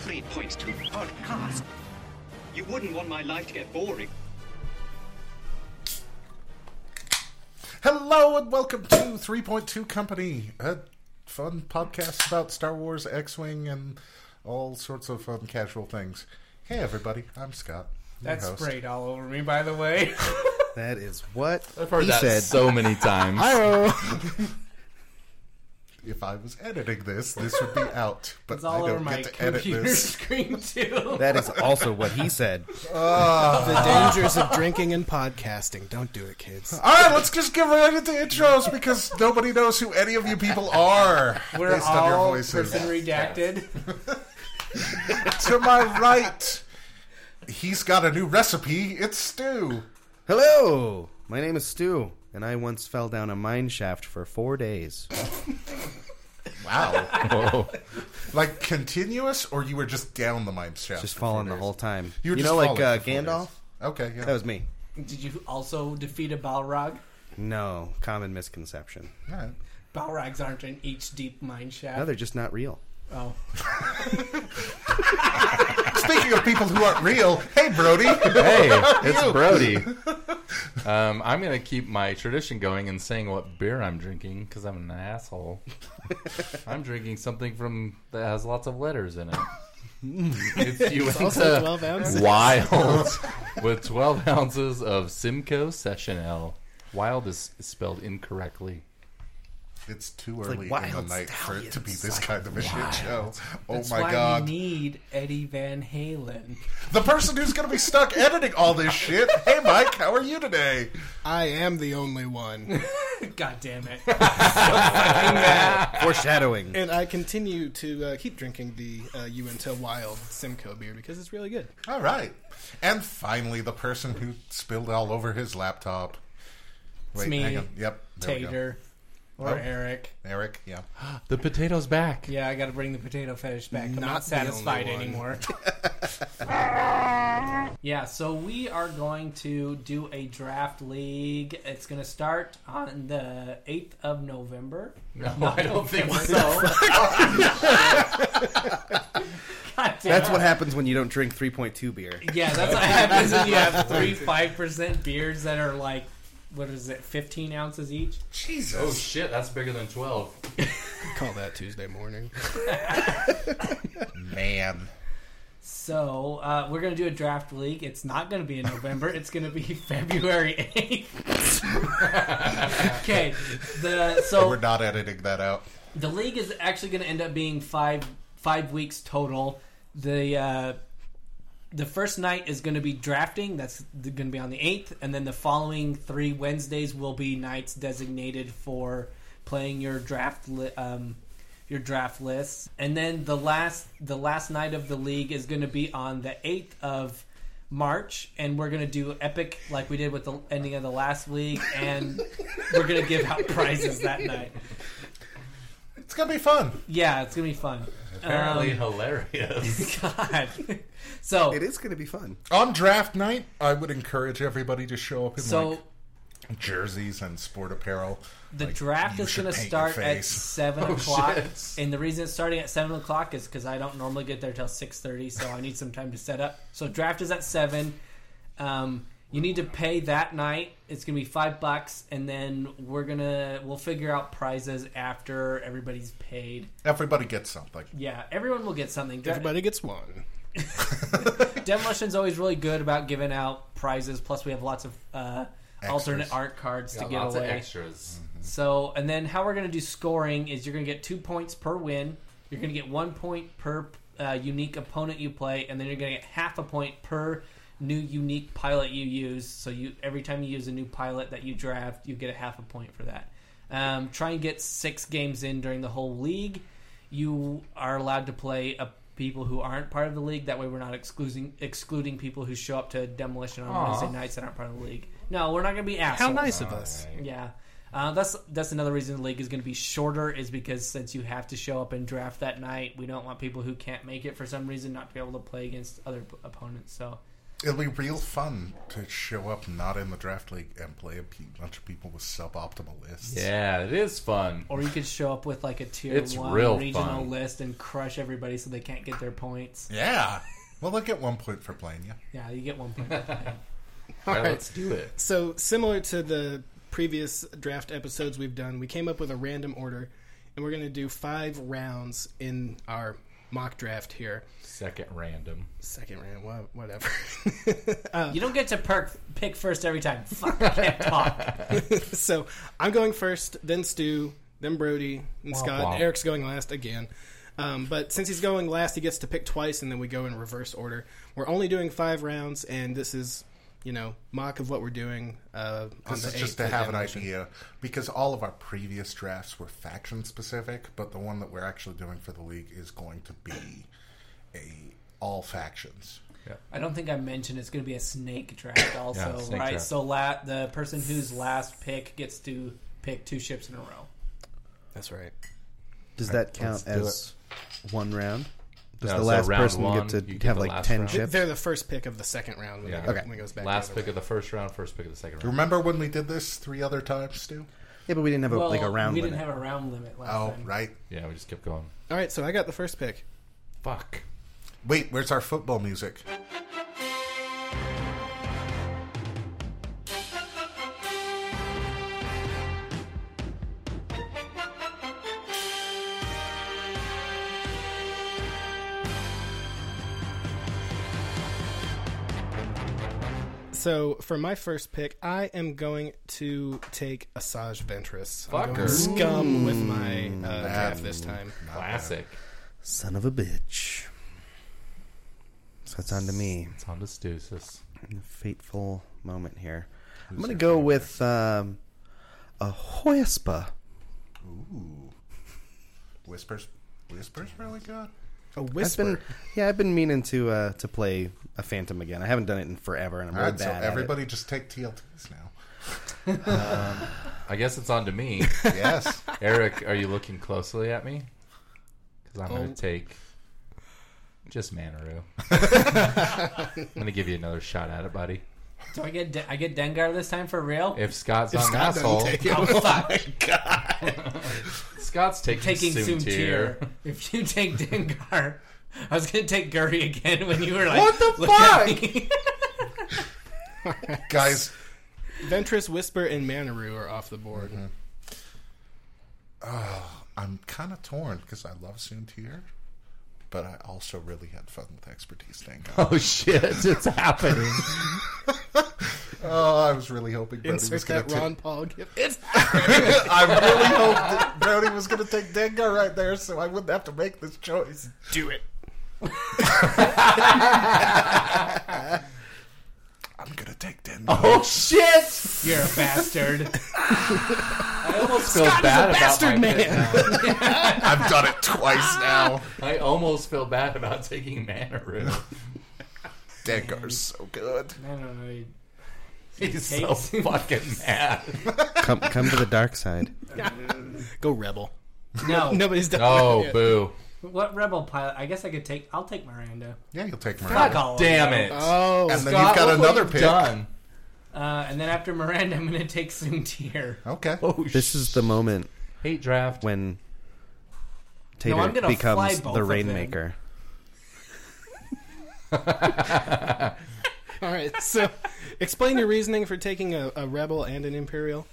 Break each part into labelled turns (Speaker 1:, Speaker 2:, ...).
Speaker 1: 3.2 podcast. You wouldn't want my life to get boring.
Speaker 2: Hello and welcome to 3.2 Company, a fun podcast about Star Wars, X Wing, and all sorts of fun casual things. Hey, everybody, I'm Scott. your
Speaker 3: That's
Speaker 2: host.
Speaker 3: sprayed all over me, by the way.
Speaker 4: That is what
Speaker 5: I've heard
Speaker 4: he
Speaker 5: that
Speaker 4: said.
Speaker 5: so many times.
Speaker 2: If I was editing this, this would be out, but
Speaker 3: It's
Speaker 2: I
Speaker 3: all over
Speaker 2: don't
Speaker 3: my
Speaker 2: get to edit
Speaker 3: computer
Speaker 2: this.
Speaker 3: screen too.
Speaker 4: that is also what he said.
Speaker 2: Ah.
Speaker 6: The dangers of drinking and podcasting. Don't do it, kids.
Speaker 2: all right, let's just get right into intros because nobody knows who any of you people are
Speaker 3: We're
Speaker 2: based
Speaker 3: all
Speaker 2: on your voices.
Speaker 3: person redacted.
Speaker 2: to my right, he's got a new recipe. It's stew.
Speaker 4: Hello, my name is Stu, and I once fell down a mine shaft for four days.
Speaker 2: Wow.
Speaker 5: Whoa.
Speaker 2: Like continuous, or you were just down the mine shaft?
Speaker 4: Just
Speaker 2: for
Speaker 4: falling
Speaker 2: four
Speaker 4: the
Speaker 2: days?
Speaker 4: whole time.
Speaker 2: You, were just
Speaker 4: know, like
Speaker 2: falling
Speaker 4: uh,
Speaker 2: for four
Speaker 4: Gandalf.
Speaker 2: days. Okay, yeah.
Speaker 4: That was me.
Speaker 3: Did you also defeat a Balrog?
Speaker 4: No common misconception.
Speaker 2: All right.
Speaker 3: Balrogs aren't in each deep mine shaft.
Speaker 4: No, they're just not real.
Speaker 3: Oh,
Speaker 2: Speaking of people who aren't real, hey Brody,
Speaker 5: hey, it's Brody. Um, I'm going to keep my tradition going and saying what beer I'm drinking because I'm an asshole. I'm drinking something from that has lots of letters in it. If you went
Speaker 6: also
Speaker 5: to
Speaker 6: 12 ounces.
Speaker 5: Wild with 12 ounces of Simcoe Session L. Wild is spelled incorrectly.
Speaker 2: it's too early
Speaker 4: like
Speaker 2: in the
Speaker 4: wild
Speaker 2: night for it to be this kind of a
Speaker 5: wild.
Speaker 2: shit show. Oh
Speaker 3: that's
Speaker 2: my
Speaker 3: why
Speaker 2: god,
Speaker 3: we need Eddie Van Halen.
Speaker 2: the person who's going to be stuck editing all this shit. Hey Mike, how are you today?
Speaker 6: I am the only one.
Speaker 3: God damn it!
Speaker 4: Foreshadowing.
Speaker 6: And I continue to uh, keep drinking the uh, You Until Wild Simcoe beer because it's really good.
Speaker 2: All right, and finally the person who spilled all over his laptop. Wait,
Speaker 3: me,
Speaker 2: hang on. Yep, there we go.
Speaker 3: Tater or
Speaker 2: Oh.
Speaker 3: Eric.
Speaker 2: Eric, yeah.
Speaker 5: The potato's back.
Speaker 3: Yeah, I got to bring the potato fetish back. I'm
Speaker 6: Not
Speaker 3: not,
Speaker 6: the only
Speaker 3: satisfied
Speaker 6: one.
Speaker 3: anymore. yeah, so we are going to do a draft league. It's going to start on the 8th of November.
Speaker 5: No, I don't think so.
Speaker 3: God damn
Speaker 4: That's
Speaker 3: it.
Speaker 4: what happens when you don't drink 3.2 beer.
Speaker 3: Yeah, that's what happens when you have three 5% beers that are like, what is it, 15 ounces each?
Speaker 5: Oh, shit, that's bigger than 12.
Speaker 6: Call that Tuesday morning.
Speaker 2: Man,
Speaker 3: So uh, we're going to do a draft league. It's not going to be in November. It's going to be February 8th. okay. The, so
Speaker 2: we're not editing that out.
Speaker 3: The league is actually going to end up being five five weeks total. The uh, the first night is going to be drafting. That's going to be on the eighth, and then the following three Wednesdays will be nights designated for playing your draft li- um, your draft lists. And then the last the last night of the league is going to be on the eighth of March, and we're going to do epic like we did with the ending of the last league, and we're going to give out prizes that night.
Speaker 2: It's gonna be fun.
Speaker 3: Yeah, it's gonna be fun. Um,
Speaker 5: Apparently hilarious.
Speaker 3: God. so
Speaker 4: It is going to be fun.
Speaker 2: On draft night, I would encourage everybody to show up in
Speaker 3: so
Speaker 2: like jerseys and sport apparel.
Speaker 3: the
Speaker 2: Like,
Speaker 3: draft
Speaker 2: you
Speaker 3: is
Speaker 2: should
Speaker 3: gonna
Speaker 2: paint
Speaker 3: start
Speaker 2: your
Speaker 3: at
Speaker 2: face.
Speaker 3: seven
Speaker 5: Oh,
Speaker 3: o'clock,
Speaker 5: shit.
Speaker 3: and the reason it's starting at seven o'clock is because I don't normally get there till six thirty, so I need some time to set up. So draft is at seven. Um, you need to pay that night. It's gonna be five bucks, and then we're gonna we'll figure out prizes after everybody's paid.
Speaker 2: Everybody gets something.
Speaker 3: Yeah, everyone will get something. Dra-
Speaker 6: Everybody gets one.
Speaker 3: Demolition's always really good about giving out prizes. Plus, we have lots of uh, alternate art cards to give
Speaker 5: lots
Speaker 3: away.
Speaker 5: of extras.
Speaker 3: So, and then how we're going to do scoring is you're going to get two points per win. You're going to get one point per uh, unique opponent you play, and then you're going to get half a point per new unique pilot you use. So you every time you use a new pilot that you draft, you get a half a point for that. Um, try and get six games in during the whole league. You are allowed to play uh people who aren't part of the league. That way, we're not excluding excluding people who show up to demolition on
Speaker 5: Aw.
Speaker 3: Wednesday nights that aren't part of the league. No, we're not going to be assholes.
Speaker 6: How nice of us.
Speaker 3: Yeah. Uh, that's that's another reason the league is going to be shorter is because since you have to show up and draft that night, we don't want people who can't make it for some reason not to be able to play against other p- opponents. So
Speaker 2: It'll be real fun to show up not in the draft league and play a pe- bunch of people with suboptimal lists.
Speaker 5: Yeah, it is fun.
Speaker 3: Or you could show up with like a tier
Speaker 5: It's
Speaker 3: one
Speaker 5: real
Speaker 3: regional
Speaker 5: fun.
Speaker 3: list and crush everybody so they can't get their points.
Speaker 2: Yeah. Well, they'll get one point for playing you.
Speaker 3: Yeah, you get one point. for that.
Speaker 5: All right,
Speaker 6: right.
Speaker 5: let's do it.
Speaker 6: So similar to the previous draft episodes we've done, we came up with a random order, and we're going to do five rounds in our mock draft here.
Speaker 5: Second random.
Speaker 6: Second round, wha- whatever.
Speaker 3: you don't get to perk pick first every time. Fuck, I can't talk.
Speaker 6: so I'm going first, then Stu, then Brody, and Scott.
Speaker 5: womp.
Speaker 6: Eric's going last again. Um, but since he's going last, he gets to pick twice, and then we go in reverse order. We're only doing five rounds, and this is, you know, mock of what we're doing. Uh, on
Speaker 2: This
Speaker 6: the
Speaker 2: is just
Speaker 6: eighth
Speaker 2: to
Speaker 6: of
Speaker 2: have an
Speaker 6: Evolution.
Speaker 2: idea because all of our previous drafts were faction specific, but the one that we're actually doing for the league is going to be a all factions.
Speaker 3: I don't think I mentioned it's going to be a snake draft also,
Speaker 5: Yeah, snake
Speaker 3: right?
Speaker 5: draft.
Speaker 3: So la- the person whose last pick gets to pick two ships in a row.
Speaker 6: That's right.
Speaker 4: Does that count
Speaker 5: let's do
Speaker 4: as one round? Does
Speaker 5: No,
Speaker 4: the
Speaker 5: so
Speaker 4: last
Speaker 5: round
Speaker 4: person
Speaker 5: one,
Speaker 4: get
Speaker 5: you
Speaker 4: to
Speaker 5: get
Speaker 4: have
Speaker 5: the
Speaker 4: like
Speaker 5: last
Speaker 4: ten
Speaker 5: round.
Speaker 6: Th-
Speaker 4: chips?
Speaker 6: They're the first pick of the second round when,
Speaker 5: Yeah.
Speaker 6: it,
Speaker 4: Okay.
Speaker 6: when it goes back.
Speaker 5: Last
Speaker 6: the
Speaker 5: pick
Speaker 6: other
Speaker 5: of the first round, first pick of the second round.
Speaker 2: Remember when we did this three other times, Stu?
Speaker 4: Yeah, but we didn't have a,
Speaker 3: Well,
Speaker 4: like a round
Speaker 3: we
Speaker 4: limit.
Speaker 3: didn't have a round limit last
Speaker 2: Oh,
Speaker 3: time.
Speaker 2: right.
Speaker 5: Yeah, we just kept going.
Speaker 6: way. All right, so I got the first pick.
Speaker 5: Fuck.
Speaker 2: Wait, where's our football music?
Speaker 6: So for my first pick, I am going to take Asajj Ventress. I'm
Speaker 5: Fucker.
Speaker 6: going scum with my uh, draft this time.
Speaker 5: Classic.
Speaker 4: Son of a bitch. So it's on to me.
Speaker 5: It's on to Stusis.
Speaker 4: Fateful moment here. I'm gonna go with um, a Hoyspa.
Speaker 2: Ooh. Whispers. Whispers really good.
Speaker 6: A
Speaker 4: I've
Speaker 6: whisper.
Speaker 4: been yeah, I've been meaning to uh, to play a Phantom again. I haven't done it in forever, and I'm
Speaker 2: All
Speaker 4: really
Speaker 2: right, so
Speaker 4: bad at it.
Speaker 2: everybody just take TLTs now.
Speaker 5: I guess it's on to me.
Speaker 2: Yes.
Speaker 5: Eric, are you looking closely at me? Because I'm
Speaker 6: Oh.
Speaker 5: going to take just Manaru. I'm going to give you another shot at it, buddy.
Speaker 3: Do I get De- I get Dengar this time for real? Oh,
Speaker 5: If Scott's not an
Speaker 6: Scott doesn't
Speaker 5: asshole,
Speaker 6: take it.
Speaker 5: Scott's taking,
Speaker 3: taking
Speaker 5: Soon
Speaker 3: Soontir.
Speaker 5: tier.
Speaker 3: If you take Dengar, I was gonna take Gurry again when you were like,
Speaker 5: What the
Speaker 3: "Look at
Speaker 5: fuck?"
Speaker 3: me.
Speaker 2: Guys,
Speaker 6: Ventress, Whisper, and Manaru are off the board.
Speaker 2: I'm kind of torn because I love Soontier, but I also really had fun with Expertise Dango.
Speaker 5: Oh shit! It's happening.
Speaker 2: oh, I was really hoping Brody was going
Speaker 6: Insert that
Speaker 2: to
Speaker 6: Ron
Speaker 2: take.
Speaker 6: Paul gif. It's
Speaker 2: I really hoped that Brody was going to take Dengar right there, so I wouldn't have to make this choice.
Speaker 6: do it.
Speaker 2: I'm going to take Dengar.
Speaker 5: oh shit!
Speaker 3: You're a bastard.
Speaker 5: I almost feel bad about
Speaker 6: bastard
Speaker 5: my pick now.
Speaker 2: I've done it twice now.
Speaker 5: I almost feel bad about taking Manaru.
Speaker 2: Dengar's so good.
Speaker 3: I don't know. you-
Speaker 5: He's so fucking mad.
Speaker 4: come come to the dark side.
Speaker 6: Go Rebel.
Speaker 3: No,
Speaker 6: Nobody's done
Speaker 5: Oh
Speaker 6: that yet.
Speaker 5: boo!
Speaker 3: What rebel pilot? I guess I could take. I'll take Miranda.
Speaker 2: Yeah, you'll take
Speaker 3: Fuck
Speaker 2: Miranda.
Speaker 3: all of
Speaker 5: Damn
Speaker 3: them.
Speaker 5: it!
Speaker 6: Oh,
Speaker 2: And then
Speaker 5: Scott,
Speaker 2: you've got
Speaker 5: look what
Speaker 2: another
Speaker 5: Uh, you've
Speaker 2: pick.
Speaker 5: Done.
Speaker 3: Uh, and then after Miranda, I'm gonna take Soontir.
Speaker 2: Okay.
Speaker 5: Oh,
Speaker 4: This is the moment
Speaker 5: hate draft.
Speaker 4: when Tater
Speaker 3: I'm gonna fly
Speaker 4: becomes
Speaker 3: both
Speaker 4: the
Speaker 3: of them.
Speaker 4: Rainmaker.
Speaker 6: all right. So, explain your reasoning for taking a, a Rebel and an Imperial.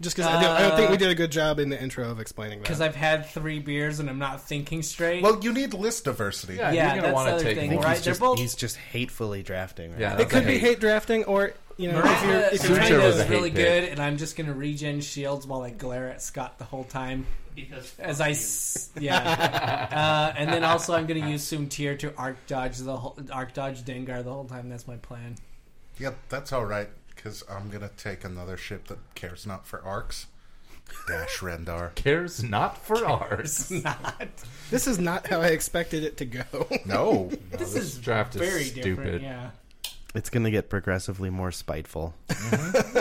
Speaker 6: Just because I, don't- I don't think we did a good job in the intro of explaining
Speaker 3: Because
Speaker 6: that.
Speaker 3: I've had three beers and I'm not thinking straight.
Speaker 2: Well, you need list diversity.
Speaker 3: yeah,
Speaker 5: Yeah, you're
Speaker 3: that's
Speaker 5: gonna
Speaker 3: the
Speaker 5: want
Speaker 3: other
Speaker 5: to take
Speaker 3: thing,
Speaker 5: more.
Speaker 3: right?
Speaker 4: he's,
Speaker 3: they're
Speaker 4: just,
Speaker 3: both-
Speaker 4: he's just hatefully drafting. Right
Speaker 5: Yeah,
Speaker 4: now.
Speaker 5: that's
Speaker 6: It could
Speaker 5: a
Speaker 6: be hate drafting, or you know, if you're
Speaker 3: Miranda,
Speaker 6: if you're
Speaker 5: Soontir
Speaker 6: trying
Speaker 3: Miranda
Speaker 5: was
Speaker 6: to
Speaker 5: a
Speaker 3: is
Speaker 5: hate
Speaker 3: really
Speaker 5: pick.
Speaker 3: good, and I'm just gonna regen shields while I glare at Scott the whole time.
Speaker 7: Because
Speaker 3: As I, s- yeah, uh, and then also I'm gonna use Soontir to arc dodge the whole, arc dodge Dengar the whole time. That's my plan.
Speaker 2: Yep, that's all right, because I'm going to take another ship that cares not for arcs. Dash Rendar.
Speaker 5: Cares not for ours.
Speaker 3: Not
Speaker 6: This is not how I expected it to go.
Speaker 2: No.
Speaker 5: this,
Speaker 3: is
Speaker 5: draft is
Speaker 3: very different.
Speaker 5: stupid
Speaker 3: Yeah,
Speaker 4: It's gonna get progressively more spiteful.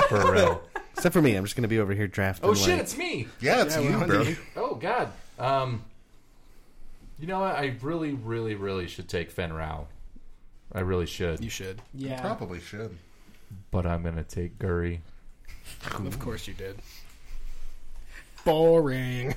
Speaker 5: for real.
Speaker 4: Except for me, I'm just gonna be over here drafting.
Speaker 5: oh shit!
Speaker 4: like-
Speaker 5: It's me.
Speaker 2: Yeah, it's
Speaker 6: Yeah,
Speaker 2: you,
Speaker 6: we're on
Speaker 2: bro.
Speaker 6: to you.
Speaker 5: Oh god. Um, you know what? I really, really, really should take Fen Rao. I really should,
Speaker 6: You should.
Speaker 3: Yeah.
Speaker 2: Probably should.
Speaker 5: but I'm gonna take Guri.
Speaker 6: Of course you did. Boring.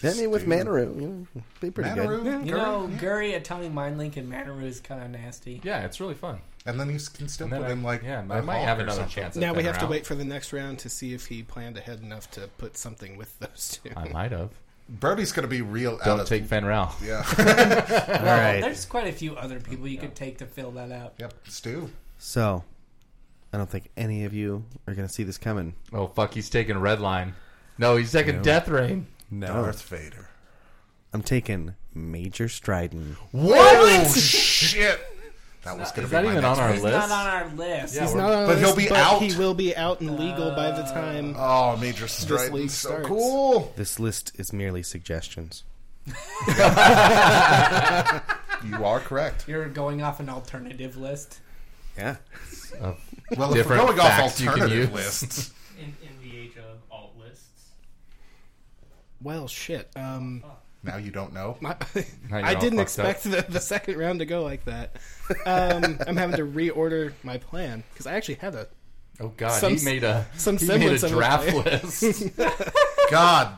Speaker 4: Hit me with Manaru. You know, be pretty
Speaker 2: Manaru,
Speaker 4: good.
Speaker 3: You know, Guri, Italian Mind Link, and Manaru is kind of nasty.
Speaker 5: Yeah, it's really fun.
Speaker 2: and then he can still
Speaker 5: And then
Speaker 2: put
Speaker 5: I,
Speaker 2: in like
Speaker 5: yeah,
Speaker 2: a
Speaker 5: I might
Speaker 2: hawk
Speaker 5: have
Speaker 2: or
Speaker 5: another
Speaker 2: something.
Speaker 5: chance. At
Speaker 6: Now we
Speaker 5: Fenrir
Speaker 6: have to
Speaker 5: out.
Speaker 6: wait for the next round to see if he planned ahead enough to put something with those two.
Speaker 5: I might have.
Speaker 2: Brody's gonna be real out
Speaker 5: Don't
Speaker 2: of
Speaker 5: take Fenral.
Speaker 2: yeah.
Speaker 4: All
Speaker 3: Well,
Speaker 4: right.
Speaker 3: There's quite a few other people you could take to fill that out.
Speaker 2: yep, Stu.
Speaker 4: So, I don't think any of you are going to see this coming.
Speaker 5: Oh fuck, he's taking Red Line. No, he's taking Death Rain.
Speaker 4: No.
Speaker 2: Darth Vader.
Speaker 4: I'm taking Major Striden.
Speaker 2: Whoa, Oh, shit! That was gonna
Speaker 5: Is
Speaker 2: be
Speaker 5: that
Speaker 2: my
Speaker 5: even
Speaker 2: next
Speaker 5: on our
Speaker 2: pick.
Speaker 5: list?
Speaker 3: Not on our list.
Speaker 5: Yeah,
Speaker 6: He's
Speaker 5: we're-
Speaker 6: not on
Speaker 2: But
Speaker 6: the
Speaker 2: he'll
Speaker 6: list,
Speaker 2: be
Speaker 6: but
Speaker 2: out.
Speaker 6: He will be out and legal by the time.
Speaker 2: Oh, Major Striden,
Speaker 6: league
Speaker 2: so
Speaker 6: starts.
Speaker 2: cool.
Speaker 4: This list is merely suggestions.
Speaker 2: You are correct.
Speaker 3: You're going off an alternative list.
Speaker 4: Yeah.
Speaker 5: Of
Speaker 2: Well,
Speaker 5: Different
Speaker 2: if we're going off
Speaker 5: facts you can
Speaker 2: alternative
Speaker 5: use.
Speaker 2: lists,
Speaker 7: in, in the age of alt lists.
Speaker 6: Well, shit. Um,
Speaker 2: now you don't know.
Speaker 6: my,
Speaker 5: Now you're
Speaker 6: I
Speaker 5: all
Speaker 6: didn't
Speaker 5: fucked up.
Speaker 6: expect the, the second round to go like that. Um, I'm having to reorder my plan because I actually had a
Speaker 5: oh god,
Speaker 6: Some-
Speaker 5: he made a
Speaker 6: some
Speaker 5: he made
Speaker 6: semblance
Speaker 5: a
Speaker 6: of a
Speaker 5: draft
Speaker 6: plan.
Speaker 5: list.
Speaker 2: God,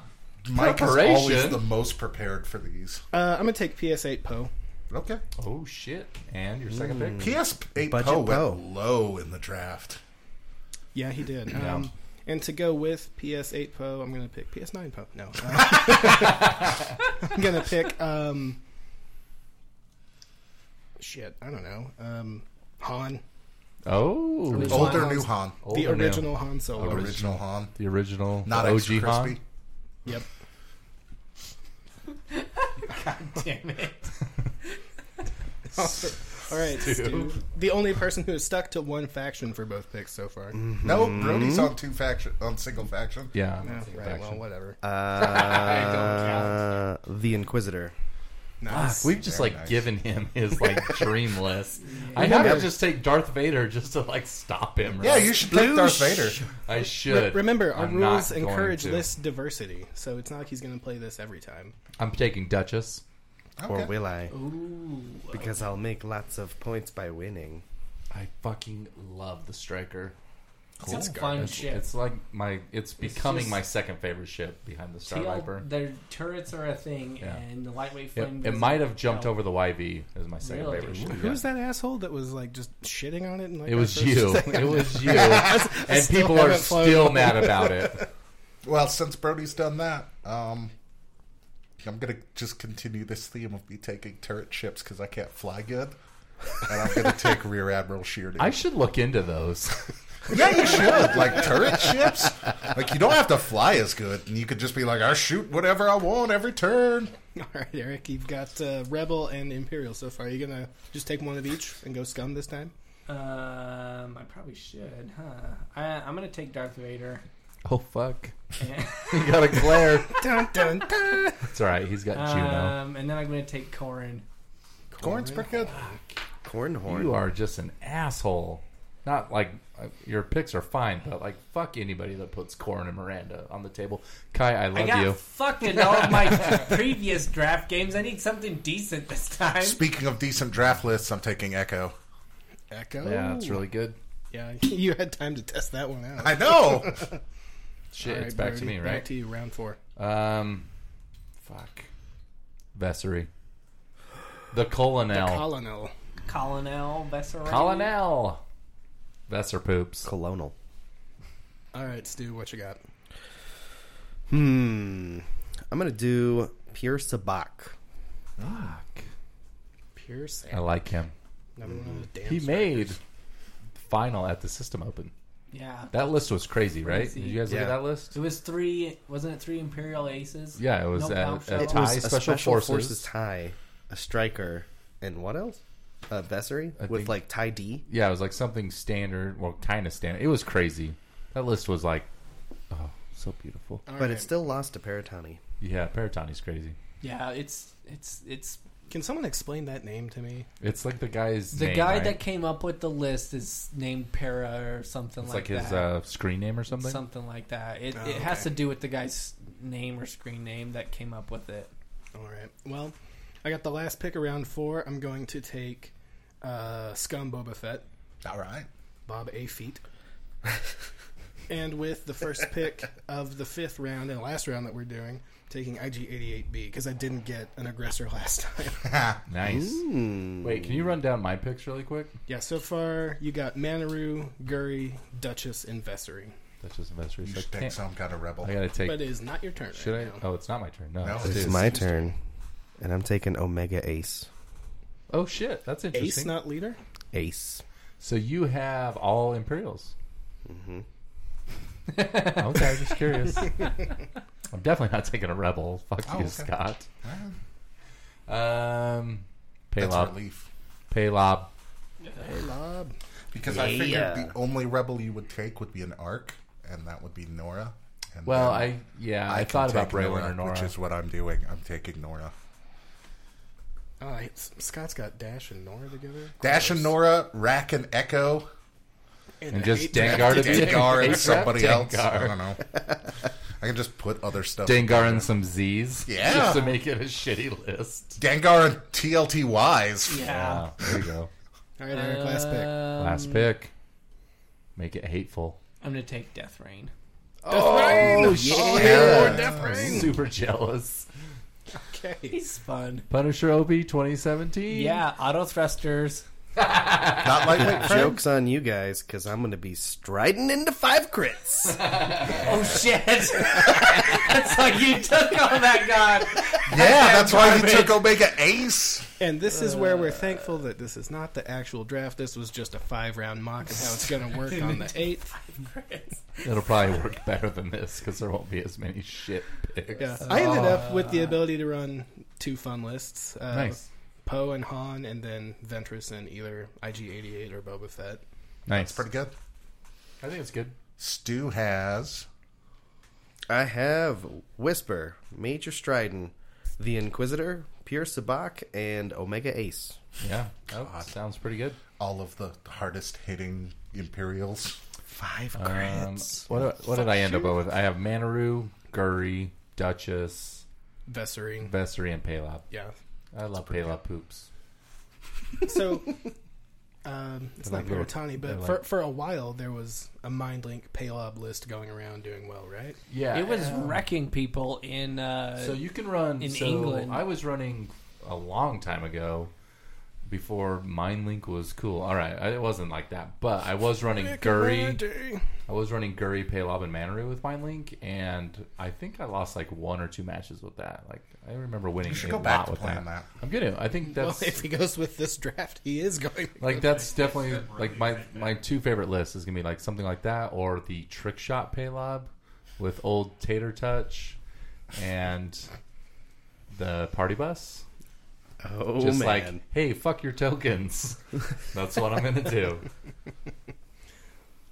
Speaker 2: Mike is
Speaker 5: Preparation.
Speaker 2: always the most prepared for these.
Speaker 6: Uh, I'm gonna take PS8 Poe.
Speaker 2: Okay,
Speaker 5: oh shit! And your second
Speaker 2: Mm.
Speaker 5: pick?
Speaker 2: PS8
Speaker 4: Budget
Speaker 2: Poe went
Speaker 4: Poe.
Speaker 2: low in the draft.
Speaker 6: Yeah, he did.
Speaker 5: Yeah.
Speaker 6: Um, and to go with PS8 Poe, I'm gonna pick PS9 Poe. No, Uh, I'm gonna pick um, shit. I don't know. Um, Han,
Speaker 5: Oh,
Speaker 6: Original.
Speaker 2: Older
Speaker 6: Han.
Speaker 2: new Han,
Speaker 5: Old
Speaker 6: the
Speaker 5: or new?
Speaker 6: original Han Solo.
Speaker 5: Orig-
Speaker 2: original Han,
Speaker 5: the original,
Speaker 2: not
Speaker 5: the
Speaker 2: extra
Speaker 5: OG Han.
Speaker 2: crispy.
Speaker 6: Yep.
Speaker 3: Damn it.
Speaker 6: All right. Stu. The only person who has stuck to one faction for both picks so far.
Speaker 5: Mm.
Speaker 2: No,
Speaker 5: Hmm.
Speaker 2: Brody's on two faction, on single faction.
Speaker 5: Yeah,
Speaker 6: Yeah,
Speaker 5: Take
Speaker 6: right.
Speaker 5: back.
Speaker 6: Well, whatever.
Speaker 4: Uh, the Inquisitor.
Speaker 6: Nice.
Speaker 5: We've just
Speaker 2: Very
Speaker 5: like
Speaker 2: nice.
Speaker 5: given him his like dream list. I have to just take Darth Vader just to like stop him.
Speaker 2: Yeah,
Speaker 5: right?
Speaker 2: you should take Darth Vader.
Speaker 5: I should.
Speaker 6: Remember, our
Speaker 5: I'm not
Speaker 6: rules
Speaker 5: going
Speaker 6: encourage
Speaker 5: to.
Speaker 6: list diversity, so it's not like he's going to play this every time.
Speaker 5: I'm taking Duchess.
Speaker 4: Or
Speaker 2: Okay.
Speaker 4: will I? Because I'll make lots of points by winning.
Speaker 5: I fucking love the Striker.
Speaker 3: It's fun ship.
Speaker 5: It's like my. It's becoming
Speaker 3: just-
Speaker 5: my second favorite ship behind the Star
Speaker 3: Teal-
Speaker 5: Viper.
Speaker 3: their turrets are a thing,
Speaker 5: Yeah.
Speaker 3: and the lightweight
Speaker 5: It,
Speaker 3: flame.
Speaker 5: it
Speaker 3: doesn't-
Speaker 5: might have jumped
Speaker 3: no.
Speaker 5: over the YV as my second
Speaker 3: Really?
Speaker 5: favorite ship.
Speaker 6: Who was that asshole that was like just shitting on it? And, like,
Speaker 5: It
Speaker 6: our
Speaker 5: was
Speaker 6: first-
Speaker 5: you. It was you. and people are
Speaker 6: haven't flown
Speaker 5: still
Speaker 6: one.
Speaker 5: mad about it.
Speaker 2: Well, since Brody's done that, um, I'm gonna just continue this theme of me taking turret ships because I can't fly good, and I'm gonna take Rear Admiral Shearding.
Speaker 5: I should look into those.
Speaker 2: yeah, you should like turret ships. Like you don't have to fly as good, and you could just be like, I shoot whatever I want every turn.
Speaker 6: All right, Eric, you've got uh, Rebel and Imperial so far. Are you going to just take one of each and go scum this time?
Speaker 3: Um, I probably should, huh? I, I'm gonna take Darth Vader.
Speaker 5: Oh fuck!
Speaker 3: And,
Speaker 5: He got a glare.
Speaker 6: Dun, dun, dun.
Speaker 5: It's all right. He's got Juno.
Speaker 3: um, and then I'm gonna take Corin.
Speaker 2: Corn's pretty good.
Speaker 4: Cornhorn.
Speaker 5: You are just an asshole. Not like uh, your picks are fine, but like fuck anybody that puts Corn and Miranda on the table. Kai, I
Speaker 3: I
Speaker 5: love
Speaker 3: got
Speaker 5: you.
Speaker 3: fucked in all of my previous draft games. I need something decent this time.
Speaker 2: Speaking of decent draft lists, I'm taking Echo.
Speaker 6: Echo.
Speaker 5: Yeah, that's really good.
Speaker 6: Yeah, you had time to test that one out.
Speaker 2: I know.
Speaker 5: Shit,
Speaker 6: All
Speaker 5: it's
Speaker 6: right,
Speaker 5: back to
Speaker 6: Brody,
Speaker 5: me,
Speaker 6: Back
Speaker 5: right?
Speaker 6: to you, round four.
Speaker 5: Um, fuck. Vessery. The Colonel.
Speaker 6: Colonel.
Speaker 3: Colonel Vesseray.
Speaker 5: Colonel. Vesser poops.
Speaker 4: Colonel.
Speaker 6: All right, Stu, what you got?
Speaker 4: Hmm. I'm going to do Pierre Sabak.
Speaker 5: Fuck.
Speaker 6: Pierce.
Speaker 5: I like him.
Speaker 6: Another one of those damn
Speaker 5: Mm-hmm. He
Speaker 6: strikers.
Speaker 5: made final at the System Open.
Speaker 3: Yeah,
Speaker 5: That list was crazy, right?
Speaker 3: Crazy.
Speaker 5: Did you guys look
Speaker 4: Yeah.
Speaker 5: at that list?
Speaker 3: it was three. Wasn't it three Imperial Aces?
Speaker 5: Yeah, it was uh,
Speaker 3: No
Speaker 5: a, a
Speaker 3: bombshell. It
Speaker 5: tie,
Speaker 4: was
Speaker 5: special, forces.
Speaker 4: tie, a striker, and what else? A Vessery with
Speaker 5: think-
Speaker 4: like tie D.
Speaker 5: Yeah, it was like something standard, well, kind of standard. It was crazy. That list was like, oh, so beautiful.
Speaker 3: Uh,
Speaker 6: All
Speaker 4: but
Speaker 6: right.
Speaker 4: it still lost to Paratani.
Speaker 5: Yeah, Paratani's crazy.
Speaker 3: Yeah, it's it's it's
Speaker 6: Can someone explain that name to me?
Speaker 5: It's like the guy's
Speaker 3: the
Speaker 5: name,
Speaker 3: guy
Speaker 5: right?
Speaker 3: that came up with the list is named Para or something
Speaker 5: it's
Speaker 3: like,
Speaker 5: like, his
Speaker 3: that.
Speaker 5: uh, screen name or something.
Speaker 3: something like that. It,
Speaker 6: Oh,
Speaker 3: it has to
Speaker 6: okay.
Speaker 3: do with the guy's name or screen name that came up with it.
Speaker 6: All right. Well, I got the last pick of round four. I'm going to take uh, Scum Boba Fett,
Speaker 2: All right.
Speaker 6: Bob A. Feet. and with the first pick of the fifth round and last round that we're doing, taking IG88B because I didn't get an aggressor last time.
Speaker 5: Nice. Wait, can you run down my picks really quick?
Speaker 6: yeah, so far you got Manaru, Guri, Duchess, and Vessery.
Speaker 5: That's just investors.
Speaker 2: You
Speaker 5: I,
Speaker 2: think
Speaker 5: can't-
Speaker 2: some kind of rebel.
Speaker 5: I gotta take.
Speaker 6: But it is not your turn.
Speaker 5: should
Speaker 6: right
Speaker 5: I?
Speaker 6: now.
Speaker 5: Oh, it's not my turn. No.
Speaker 2: No,
Speaker 5: it's
Speaker 2: it's
Speaker 5: his.
Speaker 4: It's my turn, and I'm taking Omega Ace.
Speaker 5: Oh shit, that's interesting.
Speaker 6: Ace, not leader.
Speaker 4: Ace.
Speaker 5: So you have all Imperials. Mm-hmm. okay, I'm just curious. I'm definitely not taking a Rebel. Fuck
Speaker 2: Oh,
Speaker 5: you,
Speaker 2: okay.
Speaker 5: Scott.
Speaker 2: Well,
Speaker 5: Um,
Speaker 2: that's a
Speaker 5: Paylob.
Speaker 2: relief.
Speaker 5: Paylob.
Speaker 6: Hey, Lob.
Speaker 2: Because I figured
Speaker 4: Yeah.
Speaker 2: the only rebel you would take would be an arc, and that would be Nora. And
Speaker 5: Well,
Speaker 2: then
Speaker 5: I yeah, I,
Speaker 2: can
Speaker 5: thought about
Speaker 2: take
Speaker 5: Braylon or
Speaker 2: which
Speaker 5: Nora.
Speaker 2: is what I'm doing. I'm taking Nora.
Speaker 6: Oh, I- Scott's got Dash and Nora together.
Speaker 2: Dash and Nora, Rack and Echo,
Speaker 5: and just Dengar to be
Speaker 2: Dengar and somebody else. I
Speaker 5: Dengar.
Speaker 2: don't know. I can just put other stuff.
Speaker 5: Dengar and some Z's.
Speaker 2: Yeah.
Speaker 5: Just to make it a shitty list.
Speaker 2: Dengar and TLTYs.
Speaker 3: Yeah.
Speaker 5: Wow, there you go.
Speaker 6: All right, Eric, last pick.
Speaker 5: Uh, Last pick. Make it hateful.
Speaker 3: Um, I'm gonna take Death Rain.
Speaker 5: Oh, yeah.
Speaker 6: Death Rain.
Speaker 5: Super jealous.
Speaker 6: Okay.
Speaker 3: He's fun.
Speaker 5: Punisher OB 2017.
Speaker 3: Yeah, auto thrusters.
Speaker 2: Not lightweight friend.
Speaker 4: Jokes on you guys, because I'm going to be striding into five crits.
Speaker 3: Oh shit! That's like you took on that guy.
Speaker 2: Yeah, that's why he
Speaker 3: garbage.
Speaker 2: took Omega Ace.
Speaker 6: And this is where
Speaker 5: Uh.
Speaker 6: we're thankful that this is not the actual draft. This was just a five round mock of how it's going to work on the eighth.
Speaker 5: It'll probably work better than this because there won't be as many shit picks.
Speaker 6: Yeah. uh, I ended up with the ability to run two fun lists uh,
Speaker 5: Ah. Nice.
Speaker 6: Poe and Han, and then Ventress and either IG 88 or Boba Fett.
Speaker 5: Nice.
Speaker 2: Pretty good.
Speaker 5: I think it's good.
Speaker 2: Stu has.
Speaker 4: I have Whisper, Major Stridon, the Inquisitor, Pure Sabak, and Omega Ace.
Speaker 5: Yeah. Oh, sounds pretty good.
Speaker 2: all of the hardest hitting Imperials.
Speaker 4: Five
Speaker 5: Um, what what did I end up with? I have Manaru, Guri, Duchess,
Speaker 6: Vessery.
Speaker 5: Vessery, and Palop.
Speaker 6: Yeah.
Speaker 5: I love Palop poops.
Speaker 6: So. Um, it's
Speaker 5: They're
Speaker 6: not
Speaker 5: like little-
Speaker 6: Verotani,
Speaker 5: they're
Speaker 6: but
Speaker 5: like-
Speaker 6: for, for a while there was a Mind Link Paylob list going around doing well, right?
Speaker 5: Yeah.
Speaker 3: It was wrecking people in. Uh,
Speaker 5: So you can run
Speaker 3: in
Speaker 5: so
Speaker 3: England.
Speaker 5: I was running a long time ago before MindLink was cool. All right, I- it wasn't like that, but I was running Guri. I was running Guri, Paylob, and Manaru with MindLink, and I think I lost like one or two matches with that. Like I remember winning
Speaker 2: should
Speaker 5: a
Speaker 2: go
Speaker 5: lot
Speaker 2: back to
Speaker 5: with
Speaker 2: playing
Speaker 5: that.
Speaker 2: that.
Speaker 5: I'm gonna. I think
Speaker 6: Well,
Speaker 5: that's
Speaker 6: if he goes with this draft, he is going. To
Speaker 5: like that's definitely like my my two favorite lists is gonna be like something like that or the trick shot Paylob with old Tater Touch and the party bus.
Speaker 4: Oh,
Speaker 5: Just
Speaker 4: man.
Speaker 5: like, hey, fuck your tokens. That's what I'm gonna do.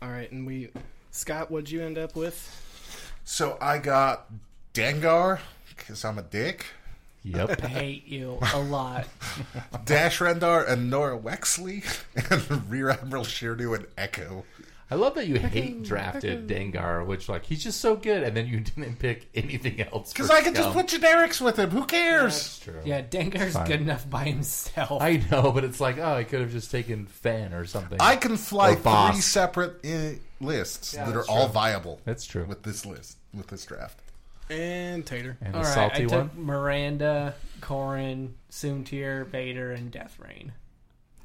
Speaker 6: All right, and we Scott, what'd you end up with?
Speaker 2: So I got Dengar because I'm a dick.
Speaker 5: Yep.
Speaker 3: I hate you a lot.
Speaker 2: Dash Rendar and Nora Wexley and Rear Admiral Sheerdew and Echo.
Speaker 5: I love that you hate drafted Dengar, which like he's just so good, and then you didn't pick anything else.
Speaker 2: Because
Speaker 5: for
Speaker 2: I could just
Speaker 5: Scum.
Speaker 2: put generics with him. Who cares?
Speaker 5: That's true.
Speaker 3: yeah, Dengar's
Speaker 5: Fine.
Speaker 3: good enough by himself.
Speaker 5: I know, but it's like, oh, I could have just taken Fan or something.
Speaker 2: I can fly
Speaker 5: Or boss.
Speaker 2: three separate i lists
Speaker 5: Yeah,
Speaker 2: that are
Speaker 5: that's
Speaker 2: all
Speaker 5: true.
Speaker 2: viable
Speaker 5: That's true.
Speaker 2: with this list, with this draft.
Speaker 6: And Tater.
Speaker 5: and the
Speaker 3: All right, I
Speaker 5: salty
Speaker 3: took
Speaker 5: one.
Speaker 3: Miranda, Corin, Soontir, Vader, and Death Rain.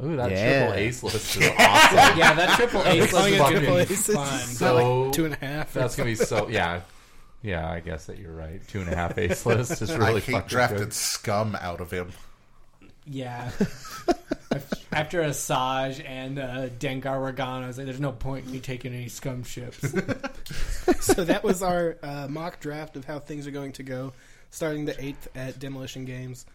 Speaker 5: Ooh, that
Speaker 4: Yeah.
Speaker 5: triple ace list is awesome.
Speaker 3: Yeah, that triple ace
Speaker 5: calling
Speaker 3: was
Speaker 5: it
Speaker 3: fucking
Speaker 5: triple
Speaker 6: aces?
Speaker 3: fun.
Speaker 5: So
Speaker 6: Two and a half.
Speaker 5: that's gonna be so. Yeah, yeah. I guess that you're right. Two and a half ace list is
Speaker 2: I
Speaker 5: really fucking
Speaker 2: hate drafted
Speaker 5: good.
Speaker 2: scum out of him.
Speaker 3: Yeah. After Asajj and uh, Dengar Organa, I was like, there's no point in me taking any scum ships.
Speaker 6: so that was our uh, mock draft of how things are going to go, starting the eighth at Demolition Games.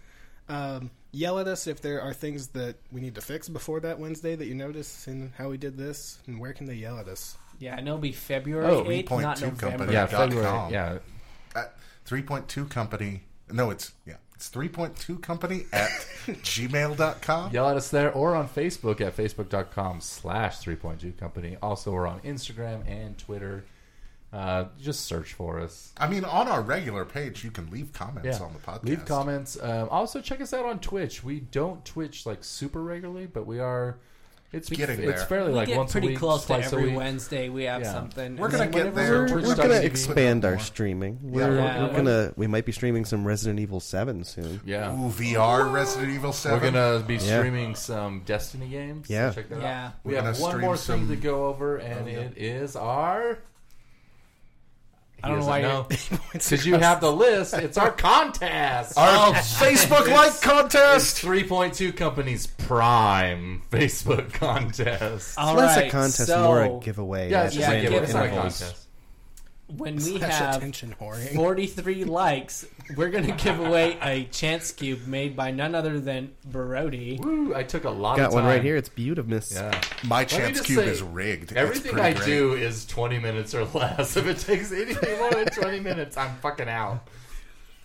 Speaker 6: Um, yell at us if there are things that we need to fix before that Wednesday that you notice in how we did this, and where can they yell at us?
Speaker 3: Yeah, and it'll be February
Speaker 5: Oh,
Speaker 3: 8th, not
Speaker 2: 3.2 company.
Speaker 3: November.
Speaker 5: Yeah,
Speaker 2: Dot
Speaker 5: February.
Speaker 2: com.
Speaker 5: Yeah,
Speaker 2: at 3.2 company no it's yeah it's 3.2 company at gmail.com
Speaker 5: yell at us there or on facebook at facebook.com slash 3.2 company also we're on instagram and twitter Uh, just search for us.
Speaker 2: I mean, on our regular page, you can leave comments on the podcast.
Speaker 5: Leave comments. Um, also, check us out on Twitch. We don't Twitch like super regularly, but we are. It's
Speaker 2: Getting
Speaker 5: It's
Speaker 2: there.
Speaker 5: fairly
Speaker 3: We
Speaker 5: like
Speaker 3: get
Speaker 5: once
Speaker 3: pretty
Speaker 5: a week,
Speaker 3: close to
Speaker 5: twice a
Speaker 3: every
Speaker 5: week.
Speaker 3: Wednesday. We have
Speaker 5: Yeah.
Speaker 3: something.
Speaker 2: We're
Speaker 3: And
Speaker 2: gonna
Speaker 3: then
Speaker 2: get
Speaker 3: whenever
Speaker 2: there.
Speaker 3: we're-
Speaker 2: We're
Speaker 5: Twitch
Speaker 4: We're
Speaker 5: dot
Speaker 4: gonna
Speaker 5: TV.
Speaker 4: expand our
Speaker 2: More.
Speaker 4: streaming.
Speaker 2: Yeah.
Speaker 4: We're,
Speaker 3: Yeah.
Speaker 4: we're gonna we might be streaming some Resident Evil Seven soon.
Speaker 5: Yeah,
Speaker 2: Ooh, VR Resident Evil
Speaker 5: we're
Speaker 2: 7.
Speaker 5: gonna be
Speaker 4: Yeah.
Speaker 5: streaming some Destiny games.
Speaker 4: Yeah.
Speaker 5: check that
Speaker 3: Yeah.
Speaker 5: out. We
Speaker 2: We're
Speaker 5: have
Speaker 2: gonna
Speaker 5: one
Speaker 2: stream
Speaker 5: more
Speaker 2: some-
Speaker 5: thing to go over, and
Speaker 2: Oh, yeah.
Speaker 5: it is our.
Speaker 3: I don't know
Speaker 5: He doesn't
Speaker 3: why
Speaker 5: know.
Speaker 6: Points
Speaker 5: Because you
Speaker 6: across-
Speaker 5: have the list. It's our contest. Oh,
Speaker 2: Our Facebook like
Speaker 5: It's
Speaker 2: contest!
Speaker 5: 3.2 companies prime Facebook contest.
Speaker 3: All
Speaker 4: Less
Speaker 3: right,
Speaker 4: a contest,
Speaker 3: so
Speaker 4: more a giveaway.
Speaker 5: yeah,
Speaker 4: at
Speaker 5: it's just
Speaker 3: yeah,
Speaker 5: like
Speaker 3: give
Speaker 5: it's
Speaker 3: us
Speaker 5: not a
Speaker 4: intervals.
Speaker 5: contest.
Speaker 3: When we
Speaker 6: Slash
Speaker 3: have
Speaker 6: attention whoring.
Speaker 3: 43 likes, we're going to give away a chance cube made by none other than Barodi.
Speaker 5: Woo, I took a lot of
Speaker 4: Got one
Speaker 5: time.
Speaker 4: right here. It's beautiful.
Speaker 5: Yeah.
Speaker 2: My
Speaker 5: me
Speaker 2: chance
Speaker 5: just
Speaker 2: cube
Speaker 5: say,
Speaker 2: is rigged. It's
Speaker 5: Everything
Speaker 2: pretty
Speaker 5: I
Speaker 2: great.
Speaker 5: do is 20 minutes or less. If it takes anything more than 20 minutes, I'm fucking out.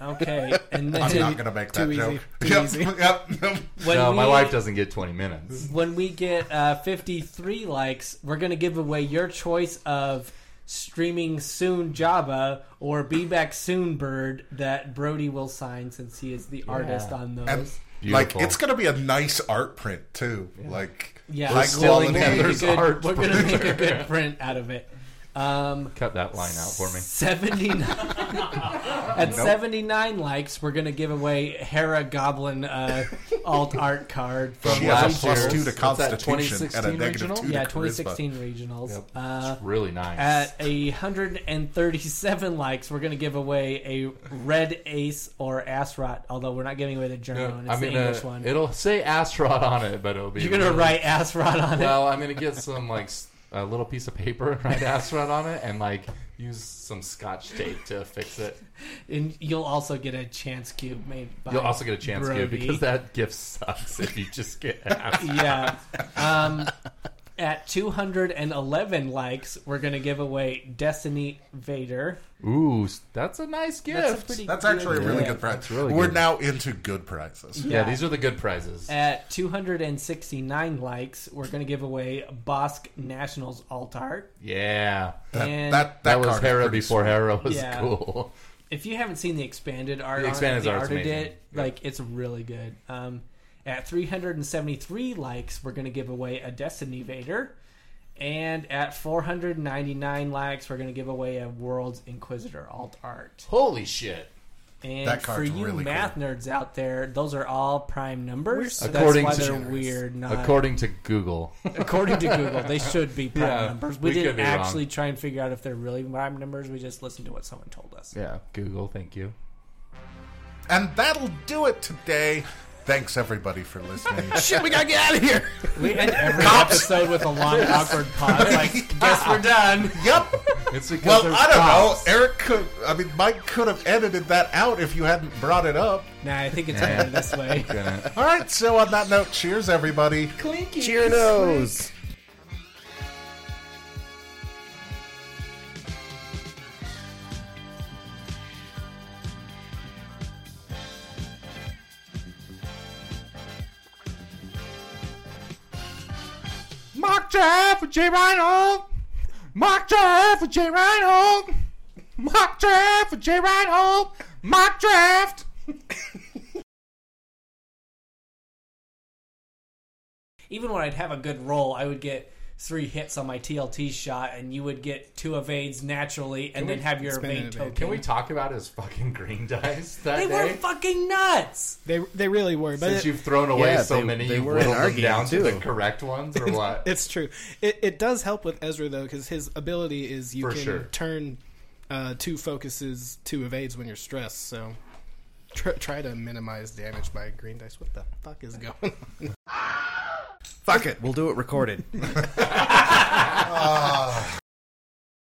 Speaker 3: Okay. And then
Speaker 2: I'm not going to make that
Speaker 6: too easy,
Speaker 2: joke.
Speaker 6: too
Speaker 2: Yep,
Speaker 6: easy.
Speaker 2: yep, yep.
Speaker 3: when
Speaker 5: no,
Speaker 3: we,
Speaker 5: my wife doesn't get 20 minutes.
Speaker 3: When we get uh, 53 likes, we're going to give away your choice of streaming soon Java or be back soon bird that Brody will sign since he is the artist on those.
Speaker 2: And, like,
Speaker 5: Beautiful.
Speaker 2: it's going to be a nice art print, too. Like,
Speaker 3: yeah,
Speaker 2: high
Speaker 5: still in
Speaker 2: quality.
Speaker 5: that
Speaker 3: we're
Speaker 5: there's art
Speaker 3: going to
Speaker 5: for
Speaker 3: make a good
Speaker 5: sure.
Speaker 3: print out of it. Um,
Speaker 5: Cut that line out for me.
Speaker 3: 79 at 79 likes we're gonna give away hera goblin uh, alt art card from
Speaker 2: She has a
Speaker 3: last
Speaker 2: plus
Speaker 3: year's-
Speaker 2: two to
Speaker 5: What's that,
Speaker 2: Constitution and a
Speaker 5: 2016
Speaker 2: negative
Speaker 5: regional?
Speaker 2: two to
Speaker 3: yeah
Speaker 2: charisma.
Speaker 3: 2016 regionals
Speaker 5: Yep.
Speaker 3: uh,
Speaker 5: Really nice.
Speaker 3: at a 137 likes we're gonna give away a red ace or ass rot although we're not giving away the german
Speaker 5: No,
Speaker 3: one it's
Speaker 5: I'm
Speaker 3: the
Speaker 5: gonna-
Speaker 3: english one
Speaker 5: uh, It'll say Astrod on it, but it'll be.
Speaker 3: you're gonna
Speaker 5: really-
Speaker 3: write ass rot on it
Speaker 5: Well, I'm gonna get some like s- a little piece of paper, and write Astrod on it, and like use some Scotch tape to fix it.
Speaker 3: and you'll also get a chance cube made by
Speaker 5: You'll also get a chance
Speaker 3: Brody.
Speaker 5: gift because that gift sucks if you just get Astrod.
Speaker 3: yeah. Um, at 211 likes, we're going to give away Destiny Vader.
Speaker 5: Ooh, s- that's a nice gift.
Speaker 3: That's a pretty
Speaker 2: That's actually a
Speaker 3: good
Speaker 2: really
Speaker 3: gift.
Speaker 2: good prize.
Speaker 5: really
Speaker 2: We're
Speaker 5: good.
Speaker 2: now into good prizes.
Speaker 5: yeah. these are the good prizes.
Speaker 3: At 269 likes, we're going to give away Bosque Nationals alt art.
Speaker 5: Yeah,
Speaker 2: That,
Speaker 3: And-
Speaker 2: that, that,
Speaker 5: that was
Speaker 2: card is
Speaker 5: Hera
Speaker 2: pretty
Speaker 5: before Hera was
Speaker 3: Yeah.
Speaker 5: cool.
Speaker 3: If you haven't seen the expanded art,
Speaker 5: The
Speaker 3: on it,
Speaker 5: expanded
Speaker 3: the
Speaker 5: art's
Speaker 3: art it
Speaker 5: amazing.
Speaker 3: did, like it's really good. Um, at 373 likes, we're going to give away a Destiny Vader. And at 499 likes, we're going to give away a World's Inquisitor alt art.
Speaker 5: Holy shit!
Speaker 3: And
Speaker 2: That
Speaker 3: for
Speaker 2: card's
Speaker 3: you
Speaker 2: really
Speaker 3: math nerds out there, those are all prime numbers.
Speaker 5: so According
Speaker 3: That's why
Speaker 5: to-
Speaker 3: they're weird. Not, according,
Speaker 5: According to Google,
Speaker 3: to Google, they should be prime
Speaker 5: Yeah,
Speaker 3: numbers. We,
Speaker 5: we could
Speaker 3: didn't
Speaker 5: be wrong.
Speaker 3: actually try and figure out if they're really prime numbers. We just listened to what someone told us.
Speaker 5: yeah, Google, thank you.
Speaker 2: And that'll do it today. Thanks everybody for listening.
Speaker 4: Shit, we gotta get out of here.
Speaker 3: We end every episode with a long, awkward pause. Like, guess we're done.
Speaker 2: yep.
Speaker 5: It's because
Speaker 2: Well,
Speaker 5: they're
Speaker 2: I don't
Speaker 5: cops.
Speaker 2: know. Eric could. I mean, Mike could have edited that out if you hadn't brought it up.
Speaker 3: Nah, I think it's going to be this way.
Speaker 5: Gonna-
Speaker 2: All right. So on that note, cheers everybody.
Speaker 4: Cheerios.
Speaker 5: Mock draft for Jay Reinhold. Mock draft for Jay Reinhold. Mock draft for Jay Reinhold. Mock draft.
Speaker 3: Even when I'd have a good roll, I would get three hits on my TLT shot, and you would get two evades naturally, and then
Speaker 5: we
Speaker 3: have your
Speaker 6: spend an
Speaker 3: evade
Speaker 6: evade?
Speaker 3: token.
Speaker 5: Can we talk about his fucking green dice that
Speaker 3: they
Speaker 5: day?
Speaker 3: were fucking nuts.
Speaker 6: They they really were, but
Speaker 5: Since
Speaker 6: it-
Speaker 5: you've thrown away
Speaker 4: Yeah,
Speaker 5: so
Speaker 4: they-
Speaker 5: many,
Speaker 4: they
Speaker 5: you
Speaker 4: were in
Speaker 5: whittled
Speaker 4: our
Speaker 5: them
Speaker 4: game,
Speaker 5: down to
Speaker 4: too.
Speaker 5: the correct ones, or what?
Speaker 6: It's true. It, it does help with Ezra though, because his ability is you
Speaker 5: For
Speaker 6: can
Speaker 5: sure.
Speaker 6: turn uh, two focuses, two evades when you're stressed. So tr- try to minimize damage by green dice. What the fuck is going? on?
Speaker 4: Fuck it. We'll do it recorded.